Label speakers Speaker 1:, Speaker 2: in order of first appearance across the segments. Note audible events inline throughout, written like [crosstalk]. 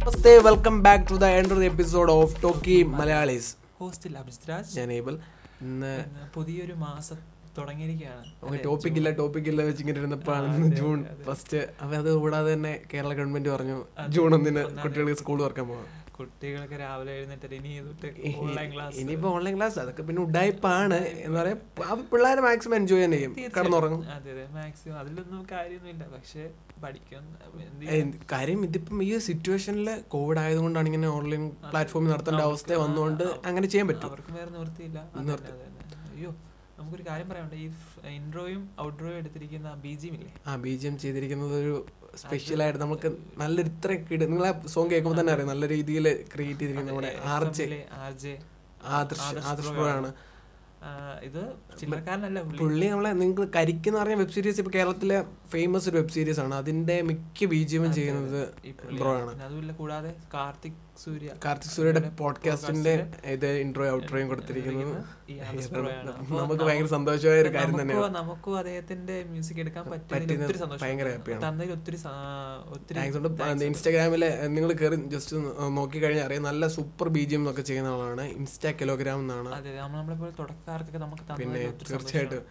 Speaker 1: Namaste welcome back to the end of episode of Talkie Malayalees
Speaker 2: ഹോസ്റ്റിൽ അഭിജിത് രാജ്
Speaker 1: ഞാൻ ഏബിൾ ഇന്ന്
Speaker 2: ഇന്ന് പുതിയൊരു മാസം തുടങ്ങിയിരിക്കുകയാണ്
Speaker 1: ടോപ്പിക് ഇല്ല ടോപ്പിക് ഇല്ല വെച്ച് ഇങ്ങനെ ഇരുന്നപ്പോഴാണ് ഇന്ന് ജൂൺ ഫസ്റ്റ് അപ്പൊ അത് കൂടാതെ തന്നെ കേരള ഗവൺമെന്റ് പറഞ്ഞു ജൂൺ ഒന്നിന് കുട്ടികൾക്ക് സ്കൂൾ തുറക്കാൻ പോകാം
Speaker 2: കുട്ടികളൊക്കെ രാവിലെ എഴുന്നേറ്റ് ഇനി തൊട്ട്
Speaker 1: ഇ-
Speaker 2: ഓൺലൈൻ ക്ലാസ്
Speaker 1: ഇനിയിപ്പോ ഓൺലൈൻ ക്ലാസ് അതൊക്കെ പിന്നെ ഉഡായ്പാണ് എന്ന് പറയാം അപ്പൊ പിള്ളേർ മാക്സിമം എൻജോയ് തന്നെ ചെയ്യും കടന്നുറങ്ങും
Speaker 2: അതെ അതെ മാക്സിമം അതിലൊന്നും കാര്യമൊന്നുമില്ല പക്ഷെ പഠിക്കാൻ എന്ത്
Speaker 1: ഏ, കാര്യം ഇതിപ്പം ഈ സിറ്റുവേഷനിൽ കോവിഡ് ആയതുകൊണ്ടാണ് ഇങ്ങനെ ഓൺലൈൻ പ്ലാറ്റ്ഫോമിൽ നടത്തേണ്ട അവസ്ഥ വന്നുകൊണ്ട് അങ്ങനെ ചെയ്യാൻ പറ്റും
Speaker 2: അവർക്കും വേറെ നിവൃത്തിയില്ല അത് തന്നെ, അത് തന്നെ. അയ്യോ നമുക്കൊരു കാര്യം പറയാനുണ്ട് ഈ ഇൻട്രോയും ഔട്ട്രോയും എടുത്തിരിക്കുന്ന ബി ജിമില്ലേ
Speaker 1: ആ ബി ജി എം ചെയ്തിരിക്കുന്നത് ഒരു സ്പെഷ്യലായിട്ട് നമുക്ക് നല്ലൊരു ഇത്ര കിട നിങ്ങൾ ആ സോങ് കേൾക്കുമ്പോൾ തന്നെ അറിയാം നല്ല രീതിയിൽ ക്രിയേറ്റ് ചെയ്തിരിക്കുന്ന നമ്മുടെ R J
Speaker 2: R J
Speaker 1: Adarsh Adarsh ആണ്
Speaker 2: ഇത് ചില്ലറക്കാരനല്ല പുള്ളി
Speaker 1: പുള്ളി നമ്മളെ നിങ്ങൾ കരിക്കുന്ന പറഞ്ഞ വെബ് സീരീസ് ഇപ്പോൾ കേരളത്തിലെ ഫേമസ് ഒരു വെബ് സീരീസ് ആണ് അതിന്റെ മിക്ക ബി ജി എം ചെയ്യുന്നത്
Speaker 2: ഈ പുള്ളി
Speaker 1: ബ്രോ ആണ്
Speaker 2: അതുമില്ല കൂടാതെ കാർത്തിക് സൂര്യ
Speaker 1: കാർത്തിക് സൂര്യയുടെ പോഡ്കാസ്റ്റിന്റെ ഇത് ഇൻട്രോ ഔട്ട്രോയും കൊടുത്തിരിക്കുന്നത്
Speaker 2: ഈ ആദർശ് ബ്രോയാണ്. അപ്പോ
Speaker 1: നമുക്ക് ഭയങ്കര സന്തോഷമായ ഒരു കാര്യം
Speaker 2: നമുക്കും-
Speaker 1: തന്നെ
Speaker 2: നമുക്കും അദ്ദേഹത്തിന്റെ മ്യൂസിക് എടുക്കാൻ പറ്റിയതിൽ
Speaker 1: പറ്റുന്നത്
Speaker 2: ഒത്തിരി സന്തോഷം
Speaker 1: ഭയങ്കര happy ആണ്.
Speaker 2: തന്നതിൽ ഒത്തിരി സ- ഒത്തിരി
Speaker 1: താങ്ക്സ് ഉണ്ട് ഇൻസ്റ്റാഗ്രാമിൽ നിങ്ങൾ കയറി ജസ്റ്റ് നോക്കി കഴിഞ്ഞാൽ അറിയാം നല്ല സൂപ്പർ ബി ജി എം ഒക്കെ ചെയ്യുന്ന ആളാണ് ഇൻസ്റ്റാ കിലോഗ്രാം എന്നാണ്
Speaker 2: അതെ നമ്മൾ നമ്മളെ പോലെ തുടക്കാർക്കൊക്കെ നമുക്ക്
Speaker 1: പിന്നെ
Speaker 2: തന്നതിൽ ഒത്തിരി
Speaker 1: തീർച്ചയായിട്ടും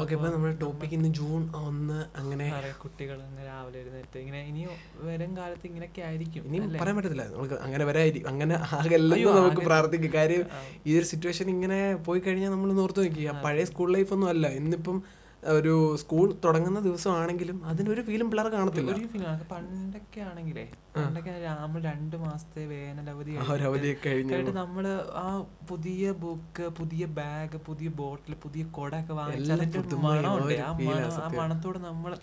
Speaker 1: ഓക്കെ അപ്പൊ നമ്മുടെ ടോപ്പിക് ഇന്ന് ജൂൺ ഒന്ന് അങ്ങനെ
Speaker 2: കുട്ടികൾ ഇങ്ങനെ രാവിലെ എഴുന്നേറ്റ് ഇങ്ങനെ ഇനിയും വരും കാലത്ത് ഇങ്ങനെയൊക്കെ ആയിരിക്കും
Speaker 1: ഇനി പറയാൻ പറ്റത്തില്ല നമുക്ക് അങ്ങനെ വരായിരിക്കും അങ്ങനെ ആകല്ലെന്ന് നമുക്ക് പ്രാർത്ഥിക്കും കാര്യം ഈ ഒരു സിറ്റുവേഷൻ ഇങ്ങനെ പോയി കഴിഞ്ഞാൽ നമ്മൾ ഓർത്ത് നോക്കി ആ പഴയ സ്കൂൾ ലൈഫ് ഒന്നും അല്ല ഇന്നിപ്പം ഒരു സ്കൂൾ തുടങ്ങുന്ന ദിവസമാണെങ്കിലും അതിനൊരു ഫീലും പിള്ളേർ കാണത്തില്ല
Speaker 2: ഒരു ഫീലാണ് പണ്ടൊക്കെ ആണെങ്കിലേ പണ്ടൊക്കെ നമ്മൾ രണ്ട് മാസത്തെ വേനൽ അവധി
Speaker 1: ആ ഒരു അവധിയൊക്കെ കഴിഞ്ഞു
Speaker 2: കഴിഞ്ഞിട്ട് നമ്മള് ആ പുതിയ ബുക്ക് പുതിയ ബാഗ് പുതിയ ബോട്ടിൽ പുതിയ കൊട ഒക്കെ വാങ്ങിച്ച്
Speaker 1: എല്ലാം
Speaker 2: അതിന്റെ ഒരു
Speaker 1: പുതുമയാണ്,
Speaker 2: മണമുണ്ട്
Speaker 1: ഒരു
Speaker 2: ആ
Speaker 1: feel ആ
Speaker 2: മണം ആ മണത്തോട് നമ്മൾ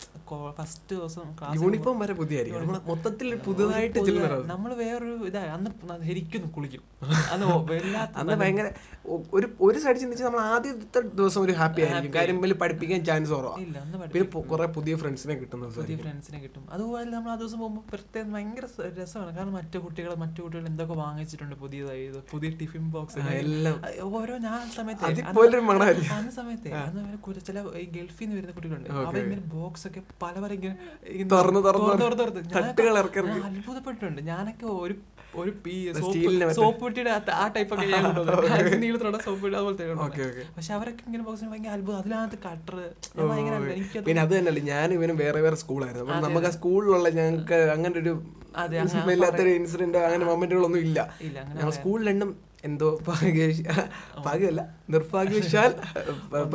Speaker 2: ഫസ്റ്റ് ദിവസം ക്ലാസ്
Speaker 1: യൂണിഫോം വരെ പുതിയായിരിക്കും നമ്മൾ മൊത്തത്തിൽ പുതുതായിട്ട് ചെല്ലുന്നത്
Speaker 2: നമ്മൾ വേറൊരു ഇതായി അന്ന് ശരിക്കും
Speaker 1: [laughs]
Speaker 2: കുളിക്കും അന്ന് വല്ലാത്ത
Speaker 1: അന്ന് ഭയങ്കര ഒ- ഒരു ഒരു സൈഡ് ചിന്തിച്ച് നമ്മൾ ആദ്യത്തെ ദിവസം ഒരു ഹാപ്പി ആയിരിക്കും കാര്യം വലിയ പഠിപ്പിക്കാൻ ചാൻസ് കുറവാണ്
Speaker 2: ഇല്ല അന്ന് പഠിച്ച
Speaker 1: പിന്നെ പൊ- കുറെ പുതിയ ഫ്രണ്ട്സിനെ കിട്ടുന്ന ദിവസമായിരിക്കും
Speaker 2: പുതിയ ഫ്രണ്ട്സിനെ കിട്ടും അതുപോലെ നമ്മൾ ആ ദിവസം പോകുമ്പോൾ പ്രത്യേകം ഭയങ്കര സ- രസമാണ് കാരണം മറ്റു കുട്ടികൾ മറ്റു കുട്ടികൾ എന്തൊക്കെ വാങ്ങിച്ചിട്ടുണ്ട് പുതിയതായി ഇത് പുതിയ ടിഫിൻ ബോക്സ്
Speaker 1: എല്ലാം
Speaker 2: ഓരോ ഞാൻ ആ സമയത്ത്
Speaker 1: അതിപ്പോലൊരു മണമായിരിക്കും
Speaker 2: അന്ന് സമയത്തെ അന്ന് അവരെ കുറെ ചില ഈ ഗൾഫിൽ നിന്ന് വരുന്ന കുട്ടികളുണ്ട് അവരിങ്ങനെ ബോക്സ് ഒക്കെ പല പല ഇങ്ങനെ ഇങ്ങനെ
Speaker 1: തുറന്ന് തുറന്ന്
Speaker 2: തുറന്ന് തുറന്ന് തുറന്ന് ഞാനൊക്കെ
Speaker 1: തട്ടുകൾ ഇറക്കി ഇറക്കി.
Speaker 2: ഞാൻ അത്ഭുതപ്പെട്ടിട്ടുണ്ട് ഞാനൊക്കെ ഒരു ഒരു ഈ
Speaker 1: സ്റ്റീലിന്റെ
Speaker 2: സോപ്പ് സോപ്പ് പെട്ടിയുടെ ആ- ആ ടൈപ്പ് ഒക്കെ ഞാൻ
Speaker 1: [laughs]
Speaker 2: കൊണ്ടുവന്നത്. അത് നീളത്തിലുള്ള സോപ്പ് പെട്ടി അതുപോലത്തെ
Speaker 1: ഓക്കെ
Speaker 2: കൊണ്ടുവന്നത്.
Speaker 1: ഓക്കെ
Speaker 2: പക്ഷെ അവരൊക്കെ ഇങ്ങനെ ബോക്സിന് ഭയങ്കര അത്ഭുതം അതിനകത്ത് കട്ടർ ഭയങ്കര അത്ഭുതം. എനിക്കത്
Speaker 1: പിന്നെ അത് തന്നെയല്ലേ ഞാനും ഇവനും വേറെ വേറെ സ്കൂളായിരുന്നു അപ്പം നമുക്ക് ആ സ്കൂളിലുള്ള ഞങ്ങൾക്ക് അങ്ങനെ ഒരു
Speaker 2: അതെ,
Speaker 1: ഇല്ലാത്തൊരു ഇൻസിഡന്റ് അങ്ങനെ മൊമെന്റുകളൊന്നും ഇല്ല
Speaker 2: ഇല്ല അങ്ങനെ
Speaker 1: ഞങ്ങൾ സ്കൂളിലെണ്ണം എന്തോ ഭാഗ്യ ഭാഗ്യമല്ല
Speaker 2: [laughs]
Speaker 1: നിർഭാഗ്യവശാൽ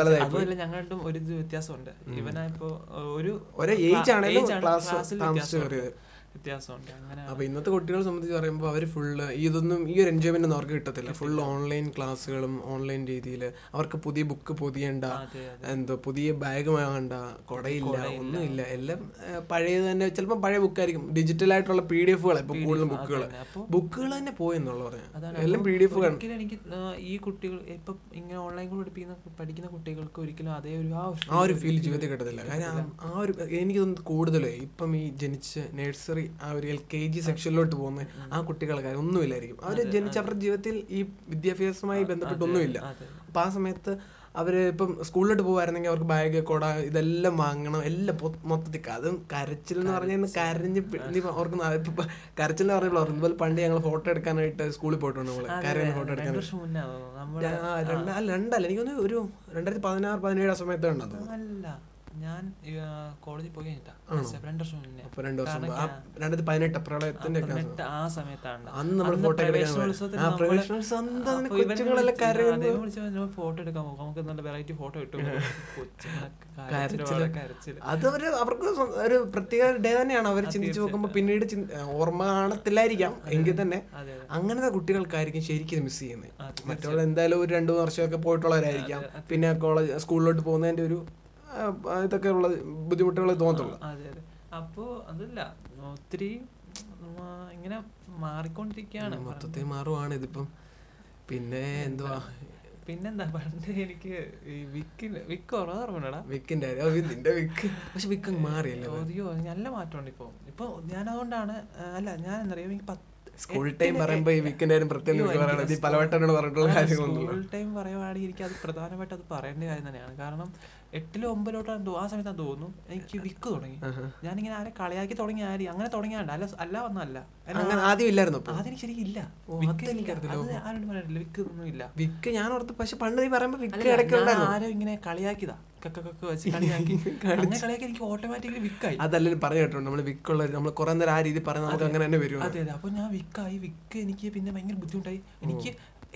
Speaker 1: പലതായി
Speaker 2: അതുമല്ല ഞങ്ങൾ രണ്ടും ഒരു ഇത് വ്യത്യാസമുണ്ട് ഇവനായിപ്പോ ഒരു
Speaker 1: ഒരേ age ആണേലും
Speaker 2: age ആണ്.
Speaker 1: class
Speaker 2: Classൽ
Speaker 1: താമസിച്ച്
Speaker 2: വ്യത്യാസമുണ്ട്.
Speaker 1: കയറിയത്.
Speaker 2: വ്യത്യാസമുണ്ട് അങ്ങനെ
Speaker 1: അപ്പൊ ഇന്നത്തെ കുട്ടികളെ സംബന്ധിച്ച് പറയുമ്പോൾ അവർ ഫുള്ള് ഇതൊന്നും ഈ ഒരു എൻജോയ്മെന്റ് അവർക്ക് കിട്ടത്തില്ല ഫുൾ ഓൺലൈൻ ക്ലാസ്സുകളും ഓൺലൈൻ രീതിയിൽ അവർക്ക് പുതിയ ബുക്ക് പൊതിയണ്ട
Speaker 2: അതെ
Speaker 1: എന്തോ പുതിയ ബാഗ് വാങ്ങണ്ട കൊടയില്ല ഒന്നുമില്ല എല്ലാം ആ, പഴയത് തന്നെ ചിലപ്പോൾ പഴയ ബുക്കായിരിക്കും ഡിജിറ്റൽ ആയിട്ടുള്ള പി ഡി എഫുകളാണ് ഇപ്പോൾ കൂടുതലും ബുക്കുകൾ
Speaker 2: തന്നെ. അപ്പൊ
Speaker 1: ബുക്കുകൾ തന്നെ പോയെന്നുള്ള പറഞ്ഞത് എല്ലാം പി ഡി എഫ്
Speaker 2: ഒരിക്കലും എനിക്ക് ആ, ഈ കുട്ടികൾ ഇപ്പൊ ഇങ്ങനെ ഓൺലൈൻ കൂടെ പഠിപ്പിക്കുന്ന പഠിക്കുന്ന കുട്ടികൾക്ക് ഒരിക്കലും അതേ ഒരു ആ ഒരു
Speaker 1: ആ ഒരു ഫീൽ ജീവിതത്തിൽ കിട്ടത്തില്ല കാരണം ആ- ആ ഒരു എനിക്ക് തോന്നുന്നു കൂടുതലും ഇപ്പം ഈ ജനിച്ച് നഴ്സറി ആ ഒരു എൽ കെ ജി സെക്ഷനിലോട്ട് പോകുന്ന ആ കുട്ടികളുടെ കാര്യം ഒന്നുമില്ലായിരിക്കും അവർ ജനിച്ച അവരുടെ ജീവിതത്തിൽ ഈ വിദ്യാഭ്യാസവുമായി ബന്ധപ്പെട്ടൊന്നുമില്ല
Speaker 2: അതെ.
Speaker 1: അപ്പം ആ സമയത്ത് അവർ ഇപ്പം സ്കൂളിലോട്ട് പോകുമായിരുന്നെങ്കിൽ അവർക്ക് ബാഗ് കൊട ഇതെല്ലാം വാങ്ങണം എല്ലാം പൊ- മൊത്തത്തിൽ ക- അതും കരച്ചിൽ എന്ന് പറഞ്ഞാൽ ഇന്ന് കരഞ്ഞ് പി- ഇനി ഇപ്പം ഓർക്കുന്ന ഇപ്പം കരച്ചിൽ എന്ന് പറഞ്ഞപ്പോൾ ഓർക്കുന്നു ഇതുപോലെ പണ്ട് ഞങ്ങൾ ഫോട്ടോ എടുക്കാനായിട്ട് സ്കൂളിൽ പോയിട്ടുണ്ട് നമ്മൾ കരയുന്ന ഫോട്ടോ എടുക്കാൻ
Speaker 2: രണ്ട് വർഷം മുന്നേ ആണോ? നമ്മുടെ
Speaker 1: ആ, രണ്ട്- അല്ല, രണ്ടല്ല എനിക്ക് തോന്നുന്നു ഒരു രണ്ടായിരത്തി പതിനാറ് പതിനേഴ് ആ സമയത്ത് കണ്ടത്
Speaker 2: അല്ല ഞാൻ ആ, കോളേജിൽ പോയി കഴിഞ്ഞിട്ടാ രണ്ട് വർഷം മുന്നേ
Speaker 1: അപ്പൊ രണ്ട് വർഷം മുമ്പ്. ആ രണ്ടായിരത്തി പതിനെട്ട് പ്രളയത്തിന്റെ ഒക്കെ ആ സമയം.
Speaker 2: എന്നിട്ട് ആ സമയത്താണ്
Speaker 1: അന്ന് നമ്മൾ ഫോട്ടോ
Speaker 2: പ്രവേശനോത്സവത്തിന്
Speaker 1: ആ
Speaker 2: നമ്മള്
Speaker 1: പ്രവേശനോത്സവം എന്താ അതിന്
Speaker 2: അപ്പൊ ഇവനെ
Speaker 1: കൊച്ചുങ്ങളെല്ലാം
Speaker 2: വിളിച്ച്
Speaker 1: കരയും
Speaker 2: അതെ, ഇവനെ വിളിച്ച് നമ്മൾ ഫോട്ടോ എടുക്കാൻ പോകും നമുക്ക് നല്ല വെറൈറ്റി ഫോട്ടോ കിട്ടും
Speaker 1: [laughs]
Speaker 2: കൊച്ചുങ്ങളൊക്കെ കരച്ചില് വളരെ കരച്ചില്
Speaker 1: അത് അവര് അവർക്ക് സ്വ- ഒരു പ്രത്യേക ഡേ തന്നെയാണ് അവർ ചിന്തിച്ചു നോക്കുമ്പോൾ പിന്നീട് ചിന്ത- ഓർമ്മ കാണത്തില്ലായിരിക്കാം എങ്കിൽ തന്നെ
Speaker 2: അതെ,
Speaker 1: അങ്ങനത്തെ കുട്ടികൾക്കായിരിക്കും ശരിക്കും മിസ് ചെയ്യുന്നത് മറ്റുള്ള എന്തായാലും ഒരു രണ്ടു മൂന്ന് വർഷമൊക്കെ പോയിട്ടുള്ളവരായിരിക്കാം പിന്നെ കോളേജ് സ്കൂളിലോട്ട് പോകുന്നതിന്റെ ഒരു ആ, ഇതൊക്കെ ഉള്ള ബുദ്ധിമുട്ടുകൾ തോന്നത്തുള്ളൂ
Speaker 2: അതെ അതെ അപ്പോ അതല്ല ഒത്തിരി ഉം, ആ, ഇങ്ങനെ മാറിക്കൊണ്ടിരിക്കുകയാണ്
Speaker 1: മൊത്തത്തിൽ മാറുവാണ് ഇതിപ്പം പിന്നെ എന്തുവാ
Speaker 2: പിന്നെന്താ പണ്ട് എനിക്ക് ഈ വിക്കിന് വിക്ക് കുറവ് ഓർമ്മണ്ടടാ
Speaker 1: വിക്കിന്റെ കാര്യം. ഓ, ഇത് നിന്റെ വിക്ക് പക്ഷെ വിക്ക് അങ്ങ് മാറിയല്ലേ
Speaker 2: ചോദ്യോ നല്ല മാറ്റമുണ്ട് ഇപ്പോൾ ഇപ്പോൾ ഞാൻ അതുകൊണ്ടാണ് ആ, അല്ല ഞാൻ എന്നറിയാം എനിക്ക് പത്ത്
Speaker 1: സ്കൂൾ ടൈം പറയുമ്പോൾ ഈ വീക്കെൻഡ് ആയാലും പ്രത്യേകം നിനക്ക് പറയണം നീ പലവട്ടനോട് പറഞ്ഞിട്ടുള്ള കാര്യങ്ങളൊന്നും
Speaker 2: സ്കൂൾ ടൈം പറയുവാണെങ്കിൽ എനിക്ക് അത് പ്രധാനമായിട്ട് അത് പറയേണ്ട കാര്യം തന്നെയാണ് കാരണം എട്ടിലോ ഒമ്പതിലോട്ടാണ് തോ- ആ സമയത്ത് ഞാൻ തോന്നുന്നു എനിക്ക് വിക്ക് തുടങ്ങി ഞാനിങ്ങനെ ആരെ കളിയാക്കി തുടങ്ങി ആര് അങ്ങനെ തുടങ്ങിയാണ്ട് അല്ല അല്ല വന്നല്ല
Speaker 1: അങ്ങനെ ആദ്യം ഇല്ലായിരുന്നു അപ്പൊ
Speaker 2: അതിന് ശരിക്കും ഇല്ല
Speaker 1: ഓ,
Speaker 2: വിക്ക്
Speaker 1: അതെനിക്ക്
Speaker 2: ഇല്ല.
Speaker 1: അറിയത്തില്ല.
Speaker 2: അത് ആരോടും പറയാനില്ല വിക്ക് ഒന്നും ഇല്ല
Speaker 1: വിക്ക് ഞാൻ ഓർത്ത് പക്ഷെ പണ്ട് നീ പറയുമ്പോൾ വിക്ക്
Speaker 2: അല്ല,
Speaker 1: ഇടയ്ക്ക്
Speaker 2: ഞാൻ
Speaker 1: ഉണ്ടായിരുന്നു
Speaker 2: ആരോ ഇങ്ങനെ കളിയാക്കിയതാ കക്ക കക്ക വെച്ച്
Speaker 1: [laughs]
Speaker 2: കളിയാക്കി അങ്ങനെ കളിയാക്കി എനിക്ക് ഓട്ടോമാറ്റിക്കലി വിക്കായി
Speaker 1: അതല്ലേ പറഞ്ഞിട്ടുണ്ട് നമ്മൾ വിക്കുള്ള നമ്മൾ കുറെ നേരം ആ രീതി പറഞ്ഞാൽ നമുക്ക് അങ്ങനെ തന്നെ വരും
Speaker 2: അതെ അതെ അപ്പോൾ ഞാൻ വിക്കായി വിക്ക് എനിക്ക് പിന്നെ ഭയങ്കര ബുദ്ധിമുട്ടായി എനിക്ക്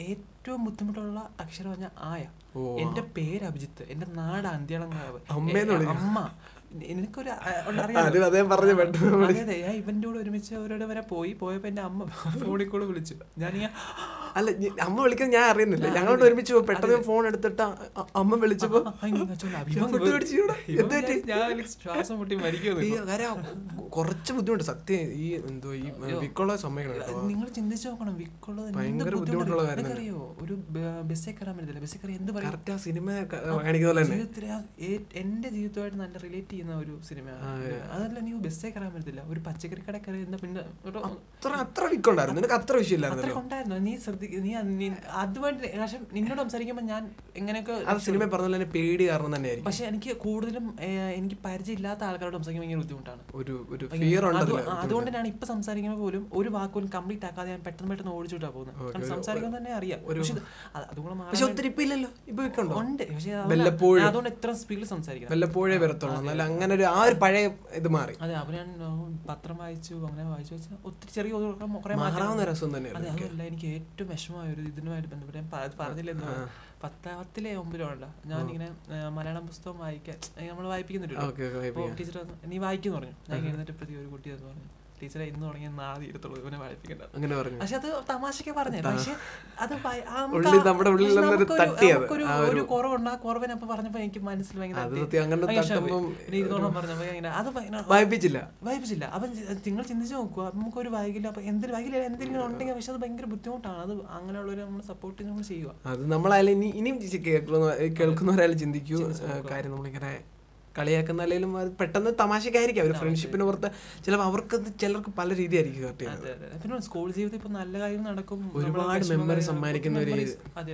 Speaker 2: ഏറ്റവും ബുദ്ധിമുട്ടുള്ള അക്ഷരം പറഞ്ഞാൽ ആയ
Speaker 1: ഓ.
Speaker 2: എന്റെ പേര് അഭിജിത്ത് എന്റെ നാട് അന്ത്യാളങ്കാവ്
Speaker 1: അമ്മേന്ന്
Speaker 2: എ-
Speaker 1: വിളിക്കും.
Speaker 2: അമ്മ എനിക്കൊരു അ- ഉണ്ട്
Speaker 1: അത്
Speaker 2: അറിയാലോ.
Speaker 1: അതേ പറഞ്ഞു പെട്ടെന്ന്
Speaker 2: അതെ അതെ ഞാൻ ഇവന്റെ കൂടെ ഒരുമിച്ച് അവരോട് വരെ പോയി പോയപ്പോ എന്റെ അമ്മ [laughs] ഫോണിൽ കൂടെ വിളിച്ചു ഞാനിങ്ങനെ [gasps]
Speaker 1: അല്ല ഞ- അമ്മ വിളിക്കുന്നത് ഞാൻ അറിയുന്നില്ല ഞങ്ങളോട് ഒരുമിച്ച് പോയി പെട്ടെന്ന് ഫോൺ എടുത്തിട്ട് അ- അ- അമ്മ വിളിച്ചപ്പോ
Speaker 2: ആ, ഇങ്ങനെ വെച്ചോണ്ട് അഭിമാനം
Speaker 1: ഇവൻ കുത്തി
Speaker 2: പോയി.
Speaker 1: പിടിച്ച് ഇവിടെ
Speaker 2: ഇവൻ
Speaker 1: എന്ത് പറ്റി?
Speaker 2: ഞാൻ ശ്വാസം മുട്ടി മരിക്കുന്നു
Speaker 1: ഈ
Speaker 2: ഇപ്പൊ.
Speaker 1: കാര്യം കുറച്ച് ബുദ്ധിമുട്ട് സത്യം ഈ എന്തോ ഈ വിക്കുള്ള സമയം
Speaker 2: നിങ്ങൾ ചിന്തിച്ചു നോക്കണം വിക്കുള്ളത്
Speaker 1: ഭയങ്കര ബുദ്ധിമുട്ടുള്ള കാര്യം തന്നെ.
Speaker 2: അറിയോ ഒരു ബ- ബസ്സിൽ കയറാൻ പറ്റത്തില്ല ബസ്സിൽ കയറി എന്ത് പറയും
Speaker 1: കറക്റ്റ് ആ സിനിമ കാണിക്കുന്ന പോലെ തന്നെ
Speaker 2: ജീവിതത്തിൽ ആ ഏ- എന്റെ ജീവിതമായിട്ട് നല്ല റിലേറ്റ് ചെയ്യുന്ന ഒരു സിനിമയാണ് അതല്ല നീ ബസ്സിൽ കയറാൻ പറ്റത്തില്ല ഒരു പച്ചക്കറി കട കയറി എന്താ പിന്നെ ഒരു-
Speaker 1: അത്ര അത്ര വിക്കുണ്ടായിരുന്നു നിനക്ക് അത്ര വിഷയമില്ലായിരുന്നല്ലോ
Speaker 2: അത്രയ്ക്ക് ഉണ്ടായിരുന്നു നീ ശ്രദ്ധി നീ അത് നീ അതുമായിട്ട് പക്ഷെ നിന്നോട് സംസാരിക്കുമ്പോൾ ഞാൻ എങ്ങനെയൊക്കെ
Speaker 1: ആ സിനിമ പറഞ്ഞ തന്നെ പേടി കാരണം തന്നെയായിരിക്കും
Speaker 2: പക്ഷെ എനിക്ക് കൂടുതലും ഏ, എനിക്ക് പരിചയമില്ലാത്ത ആൾക്കാരോട് സംസാരിക്കാൻ ഭയങ്കര ബുദ്ധിമുട്ടാണ്
Speaker 1: ഒരു ഒരു ഫിയർ ഉണ്ട്
Speaker 2: അത്
Speaker 1: അതില്.
Speaker 2: അതുകൊണ്ട് ഞാൻ ഇപ്പൊ സംസാരിക്കുമ്പോൾ പോലും ഒരു വാക്കും കംപ്ലീറ്റ് ആക്കാതെ ഞാൻ പെട്ടെന്ന് പെട്ടെന്ന് ഓടിച്ചുവിട്ടാ പോകുന്നത് കാരണം സംസാരിക്കാൻ തന്നെ അറിയാം പക്ഷെ ഇത് അത് അതുകൊണ്ട്
Speaker 1: പക്ഷെ
Speaker 2: മാറാൻ
Speaker 1: ഒത്തിരി ഇപ്പൊ ഇല്ലല്ലോ ഇപ്പൊ വിക്കുണ്ടോ
Speaker 2: ഉണ്ട് പക്ഷെ അത്
Speaker 1: വല്ലപ്പോഴും.
Speaker 2: ഞാൻ അതുകൊണ്ട് ഇത്ര സ്പീഡിൽ സംസാരിക്കണം
Speaker 1: വല്ലപ്പോഴേ വരത്തുള്ളൂ എന്നാലും അങ്ങനെ ഒരു ആ ഒരു പഴയ ഇത് മാറി
Speaker 2: അതെ അപ്പൊ ഞാൻ ആ, പത്രം വായിച്ചു അങ്ങനെ വായിച്ചു വെച്ചാൽ ഒത്തിരി ചെറിയ ഒരു- കുറെ മാറ്റം
Speaker 1: മാറാവുന്ന രസം
Speaker 2: അതെ
Speaker 1: തന്നെയായിരുന്നു
Speaker 2: അതല്ല എനിക്ക് ഏറ്റവും വിഷമമായ ഒരു ഇതിനുമായിട്ട് ബന്ധപ്പെട്ട് ഞാൻ പ- അത് പറഞ്ഞില്ലെന്ന് തോന്നുന്നു. പത്താമത്തിലെ ഒമ്പതിലോ ഉണ്ട ഞാൻ ഇങ്ങനെ ആ, മലയാളം പുസ്തകം വായിക്കാൻ നമ്മൾ വായിപ്പിക്കുന്നുണ്ടല്ലോ
Speaker 1: ഓക്കെ
Speaker 2: അപ്പോൾ ടീച്ചർ വന്ന്, നീ വായിക്കുന്നു പറഞ്ഞു ഞാൻ ഇങ്ങനെ ഇരുന്നിട്ടപ്പോഴത്തേക്ക് ഒരു കുട്ടി വന്ന് പറഞ്ഞു ടീച്ചറെ ഇന്ന് തുടങ്ങി നാളെ ഇരുത്തുള്ളൂ ഇവനെ വായിപ്പിക്കണ്ട
Speaker 1: അങ്ങനെ പറഞ്ഞു
Speaker 2: പക്ഷെ അത് തമാശക്ക് പറഞ്ഞു പക്ഷെ അത് ഭയ- ആ നമുക്ക്
Speaker 1: ഉള്ളിൽ
Speaker 2: ആ-
Speaker 1: നമ്മുടെ ഉള്ളിൽ
Speaker 2: പക്ഷെ
Speaker 1: നിന്നൊരു
Speaker 2: നമുക്കൊരു-
Speaker 1: തട്ടിയത്.
Speaker 2: നമുക്കൊരു-
Speaker 1: ആ
Speaker 2: ഒരു കുറവുണ്ട് ആ കുറവിനെ അപ്പൊ പറഞ്ഞപ്പോ എനിക്ക് മനസ്സിൽ ഭയങ്കര
Speaker 1: അത്
Speaker 2: തട്ടി.
Speaker 1: സത്യം അങ്ങനെ
Speaker 2: ഭയങ്കര വിഷമമായി.
Speaker 1: തട്ടുമ്പം
Speaker 2: ഇനി ഇരുന്നോളാൻ പറഞ്ഞപ്പോ ഞാൻ ഇങ്ങനെ, അത് ഭയങ്കര-
Speaker 1: വായിപ്പിച്ചില്ല
Speaker 2: വായിപ്പിച്ചില്ല അപ്പം ചി- നിങ്ങൾ ചിന്തിച്ച് നോക്കുക നമുക്കൊരു വായിക്കില്ല അപ്പം എന്തെങ്കിലും വായിക്കില്ല എന്തെങ്കിലും ഉണ്ടെങ്കിൽ പക്ഷെ അത് ഭയങ്കര ബുദ്ധിമുട്ടാണ് അത് അങ്ങനെയുള്ളവരെ നമ്മൾ സപ്പോർട്ട് ചെയ്ത് നമ്മൾ ചെയ്യുക
Speaker 1: അത് നമ്മളായാലും ഇനി ഇനിയും ചി- കേൾക്കുന്ന കേൾക്കുന്നവരായാലും ചിന്തിക്കൂ ആ, കാര്യം നമ്മളിങ്ങനെ കളിയാക്കുന്ന അല്ലെങ്കിലും അത് പെട്ടെന്ന് തമാശക്കായിരിക്കും അവർ ഫ്രണ്ട്ഷിപ്പിന് പുറത്ത് ചിലപ്പോൾ അവർക്ക് അത് ചിലർക്ക് പല രീതിയായിരിക്കും ഹർട്ട് ചെയ്യുന്നത്
Speaker 2: അതെ അതെ പിന്നെ സ്കൂൾ ജീവിതത്തിൽ ഇപ്പം നല്ല കാര്യം നടക്കും
Speaker 1: ഒരുപാട് മെമ്മറി സമ്മാനിക്കുന്ന ഒരു
Speaker 2: അതെ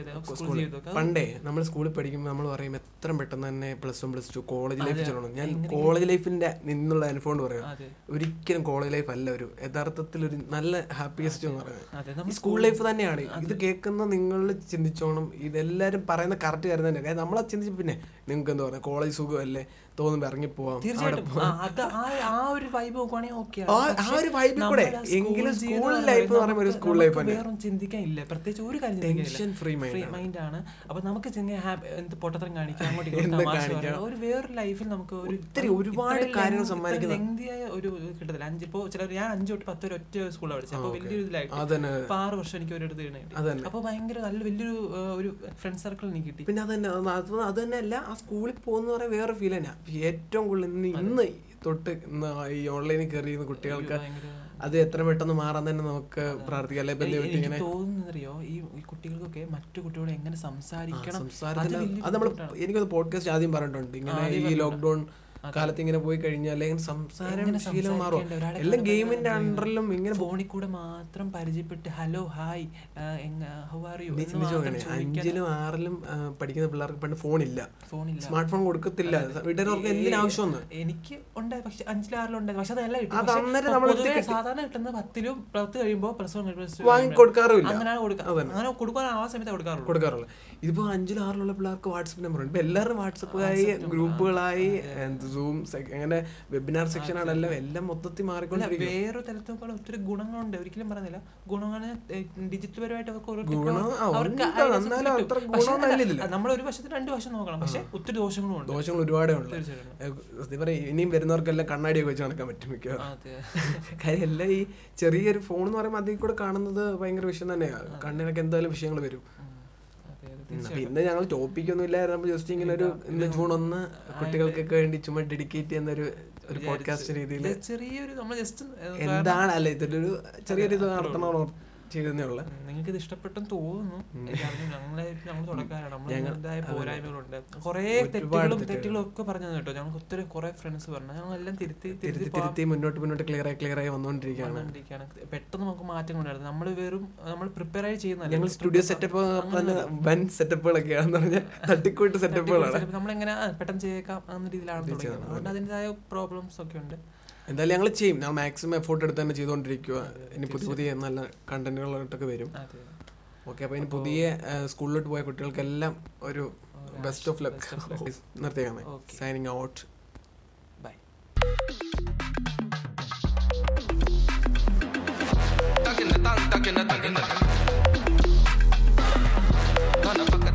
Speaker 2: അതെ സ്കൂൾ
Speaker 1: സ്കൂളിൽ
Speaker 2: ജീവിതമൊക്കെ
Speaker 1: പണ്ടേ നമ്മൾ സ്കൂളിൽ പഠിക്കുമ്പോൾ നമ്മൾ പറയും എത്ര പെട്ടെന്ന് തന്നെ plus one plus two college life ചെല്ലണം ഞാൻ കോളേജ് ലൈഫിന്റെ നിന്നുള്ള അനുഭവം കൊണ്ട് പറയാം
Speaker 2: അതെ
Speaker 1: ഒരിക്കലും കോളേജ് ലൈഫ് അല്ല ഒരു യഥാർത്ഥത്തിൽ ഒരു നല്ല ഹാപ്പിയസ്റ്റ് എന്ന് പറയുന്നത്
Speaker 2: അതെ
Speaker 1: ഈ
Speaker 2: നമ്മൾ
Speaker 1: സ്കൂൾ ലൈഫ് തന്നെയാണ് ഇത് കേൾക്കുന്ന നിങ്ങൾ ചിന്തിച്ചോണം ഇതെല്ലാരും പറയുന്ന കറക്റ്റ് കാര്യം തന്നെ കാര്യം നമ്മളെ ചിന്തിച്ച് പിന്നെ നിങ്ങൾക്ക് എന്താ പറയുക കോളേജ് സുഖമല്ലേ തോന്നുമ്പോൾ ഇറങ്ങിപ്പോവാം
Speaker 2: തീർച്ചയായിട്ടും ആ, അത് ആ ആ ഒരു വൈബ് നോക്കുവാണെങ്കിൽ ഓക്കെ
Speaker 1: ആ ആ ഒരു വൈബിൽ കൂടെ എങ്കിലും സ്കൂൾ ലൈഫ് എന്ന് പറയുമ്പോൾ ഒരു സ്കൂൾ ലൈഫ് തന്നെ
Speaker 2: വേറൊന്നും ചിന്തിക്കാൻ ഇല്ല പ്രത്യേകിച്ച് ഒരു കാര്യം
Speaker 1: ടെൻഷൻ ഫ്രീ മൈൻഡ്
Speaker 2: മൈൻഡ് ആണ് അപ്പൊ നമുക്ക് ചെങ്ങ ഹാപ്പി എന്ത് പൊട്ടത്തരം കാണിക്കാം
Speaker 1: [laughs]
Speaker 2: അങ്ങോട്ട് ഇങ്ങോട്ട് തമാശ പറയാം. ഒരു വേറൊരു ലൈഫിൽ നമുക്ക് ഒരു
Speaker 1: ഒത്തിരി ഒരുപാട് കാര്യങ്ങൾ സമ്മാനിക്കുന്ന
Speaker 2: ലെങ്തിയായ ഒരു ഇത് കിട്ടത്തില്ല അഞ്ച് ഇപ്പോ ചില ഞാൻ അഞ്ച് തൊട്ട് പത്ത് വരെ ഒറ്റ സ്കൂളിലാണ് പഠിച്ചത് അപ്പൊ വലിയൊരു ഇതിലായിട്ട്
Speaker 1: അതന്നെ
Speaker 2: ഇപ്പൊ ആറ് വർഷം എനിക്ക് ഒരിടത്ത് കിട്ടി
Speaker 1: അതന്നെ.
Speaker 2: അപ്പൊ ഭയങ്കര നല്ല വലിയൊരു ആ, ഒരു ഫ്രണ്ട് സർക്കിൾ എനിക്ക് കിട്ടി
Speaker 1: പിന്നെ അതന്നെ അത് അത് അത് തന്നെ അല്ല ആ സ്കൂളിൽ പോകുന്ന പറയാൻ വേറെ ഫീൽ തന്നെ ഏറ്റവും കൂടുതൽ ഇന്ന് ഇന്ന് തൊട്ട് ഇന്ന് ഈ ഓൺലൈനിൽ കയറിയിരുന്ന കുട്ടികൾക്ക്
Speaker 2: ഭയങ്കര
Speaker 1: അത് എത്ര പെട്ടെന്ന് മാറാൻ തന്നെ നമുക്ക് പ്രാർത്ഥിക്കാം അല്ലെ ബന്ധു
Speaker 2: എനിക്ക് തോന്നുന്നറിയോ ഈ ഈ കുട്ടികൾക്കൊക്കെ മറ്റു കുട്ടികളോട് എങ്ങനെ സംസാരിക്കണം അത്
Speaker 1: സംസാരത്തിന്
Speaker 2: വലിയ
Speaker 1: അത് നമ്മൾ എനിക്കത് പോഡ്കാസ്റ്റ് ആദ്യം പറഞ്ഞിട്ടുണ്ട് ഇങ്ങനെ ഈ ലോക്ക്ഡൌൺ കാലത്ത് ഇങ്ങനെ പോയി കഴിഞ്ഞാൽ അല്ലെങ്കിൽ സംസാരം ശീലം മാറും
Speaker 2: സംസാരിക്കേണ്ട ഒരാളെ
Speaker 1: എല്ലാം ഗെയിമിന്റെ അണ്ടറിലും ഇങ്ങനെ
Speaker 2: ഫോണിൽ കൂടെ മാത്രം പരിചയപ്പെട്ട് hello hi how are you
Speaker 1: അങ്ങനെ അഞ്ചിലും ആറിലും ആ, പഠിക്കുന്ന പിള്ളേർക്ക് പണ്ട് ഫോണില്ല
Speaker 2: ഫോണില്ല
Speaker 1: സ്മാർട്ട് ഫോൺ കൊടുക്കത്തില്ല വീട്ടുകാർക്ക് എന്തിനാവശ്യമെന്ന്
Speaker 2: എനിക്ക് ഉണ്ടായി പക്ഷെ അഞ്ചിലാറിലുണ്ടായി പക്ഷെ അതെല്ലാം കിട്ടും
Speaker 1: അത്
Speaker 2: പക്ഷെ
Speaker 1: അന്നേരം
Speaker 2: പൊ-
Speaker 1: നമ്മൾ
Speaker 2: പൊതുവേ സാധാരണ കിട്ടുന്നത് പത്തിലും പത്ത് കഴിയുമ്പോൾ പ്ലസ് വൺ പ്ലസ് ടു
Speaker 1: വാങ്ങിക്കൊടുക്കാറുമില്ല
Speaker 2: അങ്ങനെയാണ് കൊടുക്കുക അങ്ങനെ കൊടുക്കാൻ ആ സമയത്ത് കൊടുക്കാറുള്ളൂ
Speaker 1: കൊടുക്കാറുള്ളത് ഇതിപ്പോ അഞ്ചിലും ആറിലുള്ള പിള്ളേർക്ക് വാട്സപ്പ് നമ്പർ ഉണ്ട് ഇപ്പൊ എല്ലാവരും വാട്സപ്പുകളായി ഗ്രൂപ്പുകളായി സൂം അങ്ങനെ വെബിനാർ സെക്ഷൻ ആണെല്ലാം എല്ലാം മൊത്തത്തിൽ മാറിക്കൊണ്ട്
Speaker 2: വേറൊരു തലത്തിൽ നോക്കാൻ ഒത്തിരി ഗുണങ്ങളുണ്ട് ഒരിക്കലും പറയുന്നില്ല ഗുണങ്ങളെ ഡിജിറ്റൽ പരമായിട്ട് അവർക്ക് ഓരോരുത്തർക്കും
Speaker 1: ഗുണം ആ,
Speaker 2: അവർക്ക്
Speaker 1: ഉണ്ട്.
Speaker 2: അതിനകത്ത്
Speaker 1: എന്നാലും
Speaker 2: കിട്ടും.
Speaker 1: അത്ര
Speaker 2: പക്ഷേ
Speaker 1: ഗുണം
Speaker 2: അതല്ല,
Speaker 1: നല്ലതില്ല.
Speaker 2: നമ്മൾ ഒരു വശത്ത് രണ്ട് വശം നോക്കണം പക്ഷെ ഒത്തിരി ദോഷങ്ങളും ഉണ്ട്
Speaker 1: ദോഷങ്ങൾ ഒരുപാടേ ഉണ്ട്
Speaker 2: തീർച്ചയായിട്ടും
Speaker 1: ഏഹ് സത്യം പറയാം ഇനിയും വരുന്നവർക്കെല്ലാം കണ്ണാടിയൊക്കെ വെച്ച് നടക്കാൻ പറ്റും മിക്കവാറും
Speaker 2: അതെ
Speaker 1: കാര്യം എല്ലാം ഈ ചെറിയൊരു ഫോൺ എന്ന് പറയുമ്പോൾ അതിൽ കൂടെ കാണുന്നത് ഭയങ്കര വിഷയം തന്നെയാണ് കണ്ണിനൊക്കെ എന്തായാലും വിഷയങ്ങൾ വരും
Speaker 2: അതെ അതെ
Speaker 1: പിന്നെ ഞങ്ങൾ ടോപ്പിക് ഒന്നും ഇല്ലായിരുന്നു നമ്മൾ ജസ്റ്റ് ഇങ്ങനെ ഒരു ഇന്ന് ജൂൺ ഒന്ന് കുട്ടികൾക്കൊക്കെ വേണ്ടി ചുമ്മാ ഡെഡിക്കേറ്റ് ചെയ്യുന്ന ഒരു ഒരു പോഡ്കാസ്റ്റ് രീതിയിൽ
Speaker 2: ഇത് ചെറിയൊരു നമ്മൾ ജസ്റ്റ്
Speaker 1: എന്താണ് അല്ല ഇതൊരു ചെറിയൊരു ഇത് നടത്തണം ചെയ്തതേ ഉള്ളു
Speaker 2: നിങ്ങൾക്ക് ഇത് ഇഷ്ടപ്പെട്ടെന്ന് തോന്നുന്നു എനിക്കറിഞ്ഞു ഞങ്ങളെ ഞങ്ങൾ തുടക്കാരാണ് നമ്മൾ എന്തായ പോരായ്മകളുണ്ട് കുറേ തെറ്റുകളും തെറ്റുകളും ഒക്കെ പറഞ്ഞു കേട്ടോ ഞങ്ങൾക്ക് ഒത്തിരി കുറേ ഫ്രണ്ട്സ് പറഞ്ഞു ഞങ്ങൾ എല്ലാം തിരുത്തി തിരുത്തി
Speaker 1: തിരുത്തി തിരുത്തി മുന്നോട്ട് മുന്നോട്ട് ക്ലിയർ ആയി ക്ലിയർ ആയി വന്നുകൊണ്ടിരിക്കുകയാണ്
Speaker 2: പോകാണ്ടിരിക്കുകയാണ് പെട്ടെന്ന് നമുക്ക് മാറ്റം കൊണ്ടുവരുന്നത് നമ്മൾ വെറും നമ്മൾ പ്രിപ്പയർ ആയി ചെയ്യുന്നതല്ല
Speaker 1: ഞങ്ങൾ സ്റ്റുഡിയോ സെറ്റപ്പ് തന്നെ വൻ സെറ്റപ്പുകളൊക്കെയാണെന്ന് പറഞ്ഞാൽ തട്ടിക്കൂട്ട് സെറ്റപ്പുകളാണ്
Speaker 2: നമ്മളെങ്ങനെ ആ, പെട്ടെന്ന് ചെയ്തേക്കാം എന്ന രീതിയിലാണ് തുടങ്ങിയത് അതുകൊണ്ട് അതിൻ്റെതായ പ്രോബ്ലംസ് ഒക്കെ ഉണ്ട്
Speaker 1: എന്തായാലും ഞങ്ങൾ ചെയ്യും ഞങ്ങൾ മാക്സിമം എഫോർട്ട് എടുത്ത് തന്നെ ചെയ്തുകൊണ്ടിരിക്കുക ഇനി പുതിയ പുതിയ നല്ല കണ്ടന്റുകളായിട്ടൊക്കെ വരും
Speaker 2: അതെ
Speaker 1: ഓക്കെ അപ്പോൾ ഇനി പുതിയ ഏഹ്, സ്കൂളിലോട്ട് പോയ കുട്ടികൾക്കെല്ലാം ഒരു best of luck [laughs] നിർത്തിയേക്കാമേ signing out
Speaker 2: bye
Speaker 3: Tucking the thong, tucking the thong, tucking the thong.